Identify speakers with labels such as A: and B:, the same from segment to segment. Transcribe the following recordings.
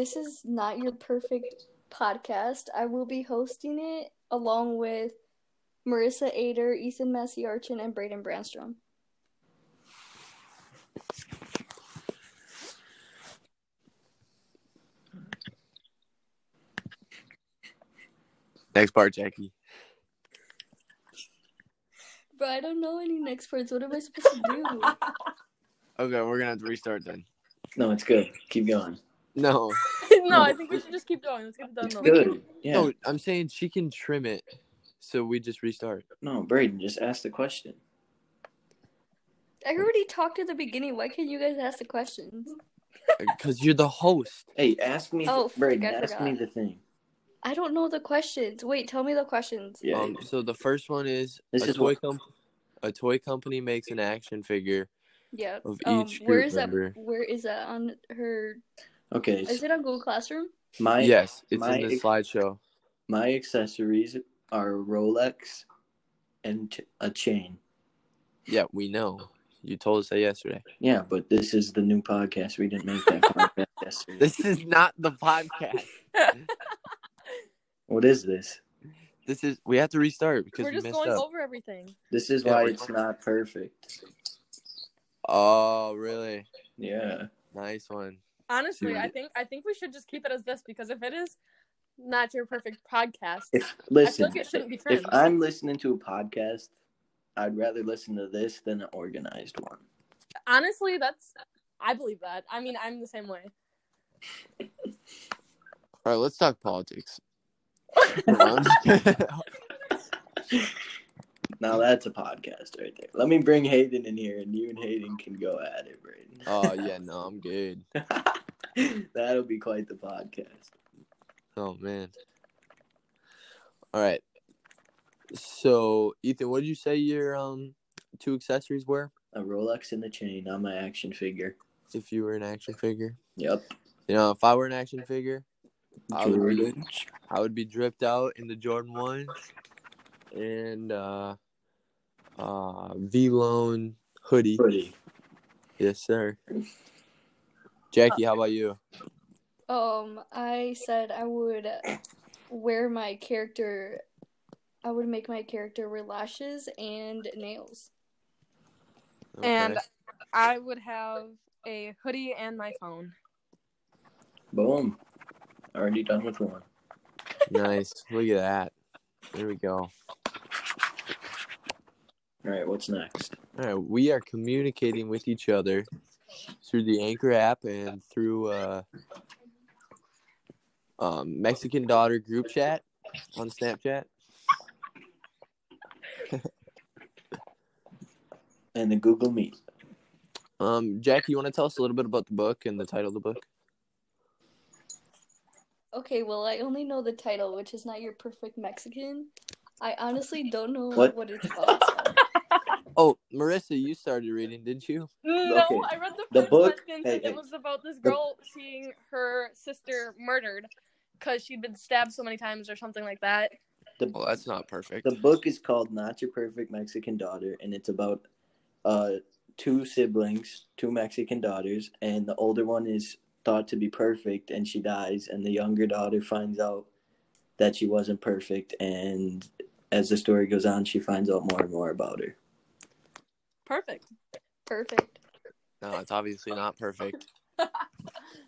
A: This is not your perfect podcast. I will be hosting it along with Marissa Ader, Ethan Massey Archin, and Braden Brandstrom.
B: Next part, Jackie.
A: Bro, I don't know any next words. What am I supposed to do?
B: Okay, we're gonna have to restart then.
C: No, it's good. Keep going.
B: No,
D: no, I think we should just keep going. Let's get it done.
C: It's
D: though.
C: good. Yeah.
B: no, I'm saying she can trim it, so we just restart.
C: No, Braden, just ask the question.
A: I already talked at the beginning. Why can't you guys ask the questions?
B: Because uh, you're the host.
C: Hey, ask me.
A: Oh, frick,
C: Braden,
A: I
C: ask
A: forgot.
C: me the thing.
A: I don't know the questions. Wait, tell me the questions.
C: Yeah.
B: Um, so the first one is
C: This
B: a
C: is
B: toy
C: what-
B: com- a toy company makes an action figure
A: Yeah.
B: of
A: Um,
B: each group
A: where is that?
B: member.
A: Where is that on her?
C: okay.
A: Is
C: so
A: it on Google Classroom?
C: my
B: yes, it's
C: my
B: in the
C: ex-
B: slideshow.
C: my accessories are Rolex and t- a chain.
B: Yeah, we know. You told us that yesterday.
C: Yeah, but this is the new podcast. We didn't make that podcast yesterday.
B: This is not the podcast.
C: what is this?
B: This is we have to restart because
D: We're
B: we
D: just
B: messed
D: going
B: up.
D: over everything.
C: This is
B: Yeah,
C: why
B: we-
C: it's not perfect.
B: Oh, really?
C: Yeah.
B: Nice one.
D: Honestly,
C: Yeah.
D: I think I think we should just keep it as this because if it is not your perfect podcast,
C: If
D: I
C: listen,
D: feel like it shouldn't be
C: if
D: friends.
C: I'm listening to a podcast, I'd rather listen to this than an organized one.
D: Honestly, that's I believe that. I mean, I'm the same way.
B: All right, let's talk politics.
C: Now that's a podcast right there. Let me bring Hayden in here, and you and Hayden can go at it, Braden.
B: Oh yeah, no, I'm good.
C: That'll be quite the podcast.
B: Oh man. All right. So Ethan, what did you say your um two accessories were?
C: A Rolex in the chain on my action figure.
B: If you were an action figure,
C: Yep.
B: you know, if I were an action figure, I would be,
C: Jordan.
B: I would be dripped out in the Jordan One and uh uh V Lone hoodie.
C: Pretty.
B: Yes, sir. Jackie, how about you?
A: Um, I said I would wear my character. I would make my character wear lashes and nails.
D: And
B: Okay.
D: I would have a hoodie and my phone.
C: Boom. Already done with one.
B: nice. Look at that. There we go.
C: All right, what's next?
B: All right, we are communicating with each other through the Anchor app and through uh, um, Mexican daughter group chat on Snapchat.
C: And the Google Meet.
B: Um, Jackie, you want to tell us a little bit about the book and the title of the book?
A: Okay, well, I only know the title, which is not your perfect Mexican. I honestly don't know
C: What?
A: what, it's about. so-
B: Oh, Marissa, you started reading, didn't you?
D: No,
C: Okay.
D: I read the first
C: The book-
D: sentence
C: hey,
D: and
C: hey.
D: it was about this girl seeing her sister murdered because she'd been stabbed so many times or something like that.
C: The,
B: Well, that's not perfect.
C: the book is called Not Your Perfect Mexican Daughter, and it's about uh, two siblings, two Mexican daughters, and the older one is thought to be perfect, and she dies, and the younger daughter finds out that she wasn't perfect, and as the story goes on, she finds out more and more about her.
D: Perfect.
A: Perfect.
B: No, it's obviously not perfect.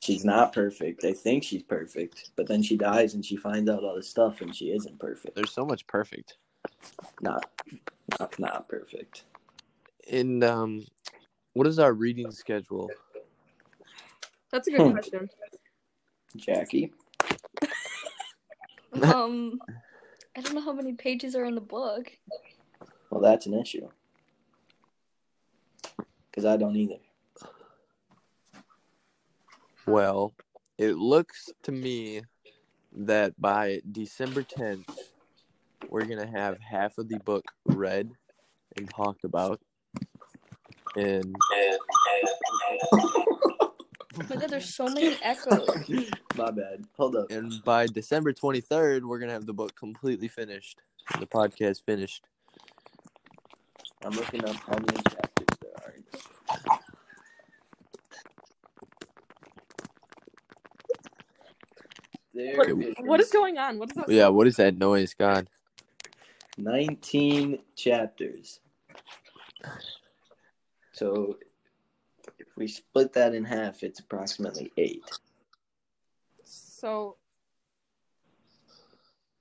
C: She's not perfect. They think she's perfect, but then she dies, and she finds out all this stuff, and she isn't perfect.
B: There's so much perfect.
C: Not, not, not perfect.
B: And um, what is our reading schedule?
D: That's a
C: Hmm.
D: good question.
C: Jackie.
A: Um, I don't know how many pages are in the book.
C: Well, that's an issue. Because I don't either.
B: Well, it looks to me that by December 10th, we're going to have half of the book read and talked about. And
A: Oh my god, there's so many echoes.
C: My bad. Hold up.
B: and by December 23rd, we're going to have the book completely finished, the podcast finished.
C: I'm looking up how many chapters there are. There
D: What-
C: it
D: What is going on? What is that?
B: Yeah, what is that noise? God.
C: 19 chapters. So if we split that in half, it's approximately eight.
D: So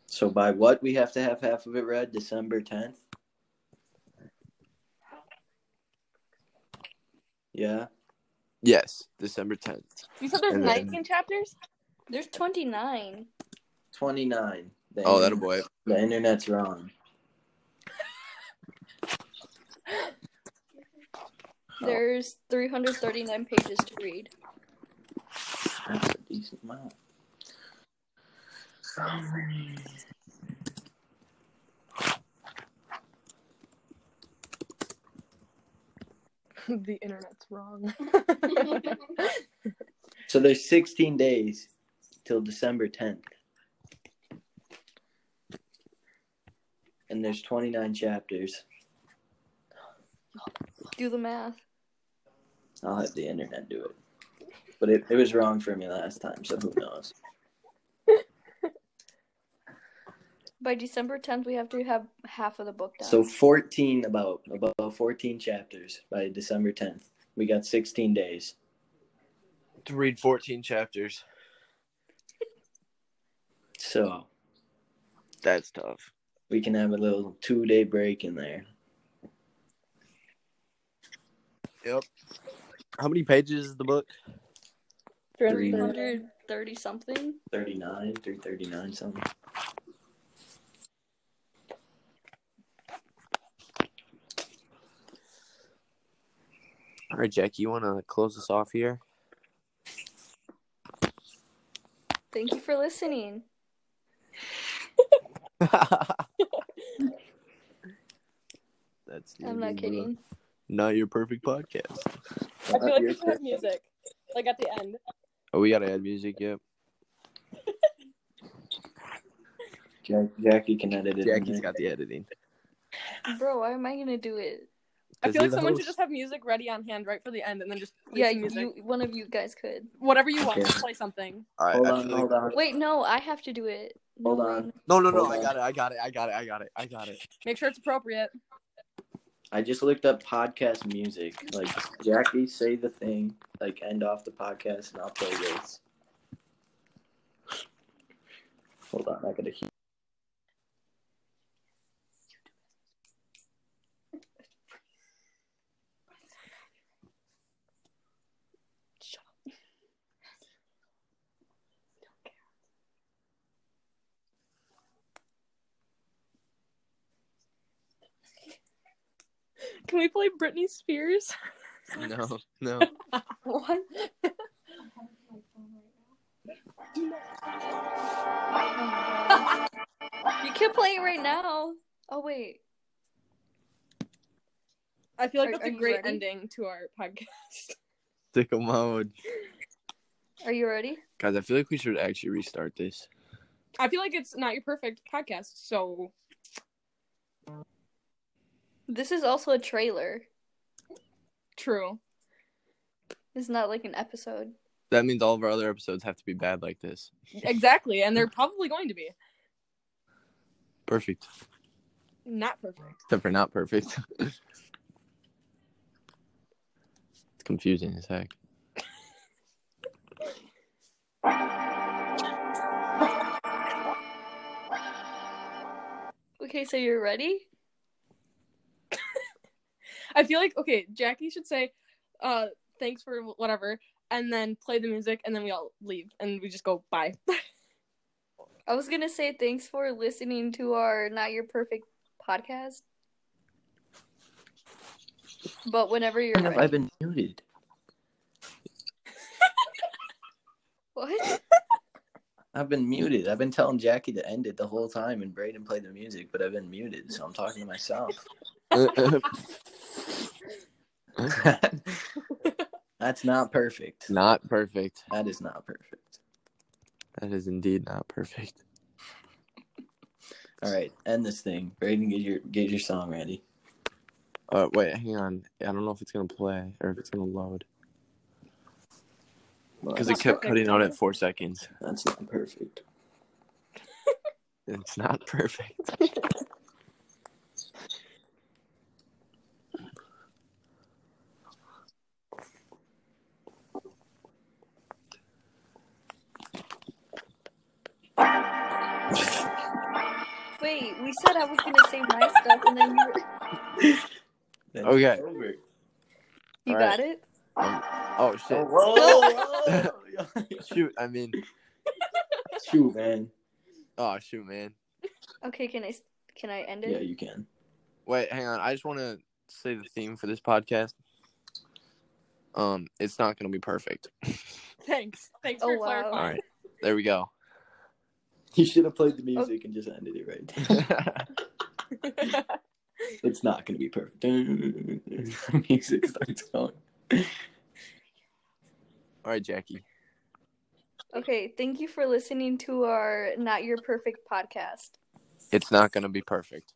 C: So by what we have to have half of it read? December 10th? Yeah.
B: Yes, December 10th.
D: you said there's
B: And then-
D: 19 chapters?
A: There's 29.
C: 29. The
B: Oh,
C: internet-
B: that'll boy.
C: The internet's wrong.
A: There's 339 pages to read.
C: That's a decent amount.
D: the internet's wrong.
C: So there's 16 days till December 10th. And there's 29 chapters.
A: Do the math.
C: I'll have the internet do it. But it, it was wrong for me last time, so who knows?
A: By December 10th, we have to have half of the book done.
C: So 14 about about 14 chapters by December 10th. We got 16 days.
B: To read 14 chapters.
C: So
B: That's tough.
C: we can have a little two day break in there.
B: How many pages is the book?
A: 330 something.
C: 39, 339 something.
B: All right, Jack, you want to close us off here?
A: Thank you for listening.
B: That's
A: I'm not kidding.
B: Not your perfect podcast.
D: I feel like we should have music. Like at the end.
B: Oh, we got to add music, yep.
C: Jack, Jackie can edit it. in
B: Jackie's
C: there.
B: got the editing.
A: Bro, why am I going to do it?
D: I
B: 'Cause you're
D: feel like
B: the
D: someone should
B: host.
D: just have music ready on hand right for the end and then just play
A: Yeah,
D: some music.
A: you, one of you guys could.
D: Whatever you want,
C: Okay.
D: just play something.
B: All right,
C: Hold
B: I
C: on,
B: feel like-
C: hold on.
A: Wait, no, I have to do it. No,
C: Hold on.
A: Ryan.
B: No, no, no.
C: Hold
B: I
C: on.
B: got it. I got it. I got it. I got it. I got it.
D: Make sure it's appropriate.
C: I just looked up podcast music. Like Jackie, say the thing. Like end off the podcast, and I'll play this. Hold on, I gotta. hear-
D: Can we play Britney Spears?
B: No, no.
A: What? you can play it right now. Oh, wait.
D: I feel like
A: Are-
D: that's
A: are
D: a
A: you
D: great
A: ready?
D: ending to our podcast.
B: Stick 'em out.
A: Are you ready?
B: Guys, I feel like we should actually restart this.
D: I feel like it's not your perfect podcast, so
A: This is also a trailer.
D: true.
A: It's not like an episode.
B: That means all of our other episodes have to be bad like this.
D: Exactly, and they're probably going to be
B: Perfect.
D: not perfect.
B: Except for not perfect. it's confusing as heck.
A: Okay, so you're ready?
D: I feel like okay, Jackie should say, uh, thanks for whatever, and then play the music, and then we all leave, and we just go bye.
A: I was going to say thanks for listening to our Not Your Perfect podcast. But whenever you're
C: Have I
A: ready.
C: been muted?
A: What?
C: I've been muted. I've been telling Jackie to end it the whole time, and Braden play the music, but I've been muted, so I'm talking to myself. That's not perfect.
B: not perfect.
C: That is not perfect.
B: That is indeed not perfect.
C: All right, end this thing. Braden, get your get your song ready.
B: Uh, wait, hang on. I don't know if it's gonna play or if it's gonna load because it
D: Not
B: kept
D: perfect.
B: cutting out at four seconds.
C: That's not perfect.
B: It's not perfect.
A: Wait, we said I was gonna say my stuff, and then you were...
C: That's
B: Okay.
C: Over.
A: you
B: All
A: got
B: right.
A: it.
B: Oh shit!
C: Oh, whoa, whoa.
B: Shoot, I mean,
C: Shoot, man.
B: oh shoot, man.
A: Okay, can I s- can I end it?
C: Yeah, you can.
B: Wait, hang on. I just want to say the theme for this podcast. Um, it's not gonna be perfect.
D: Thanks. Thanks
A: Oh,
D: for
A: wow.
B: All
D: clarifying.
B: right, there we go.
C: You should have played the music and just ended it right. there. It's not going to be perfect. music starts going.
B: All right, Jackie.
A: Okay, thank you for listening to our Not Your Perfect podcast.
B: It's not gonna be perfect.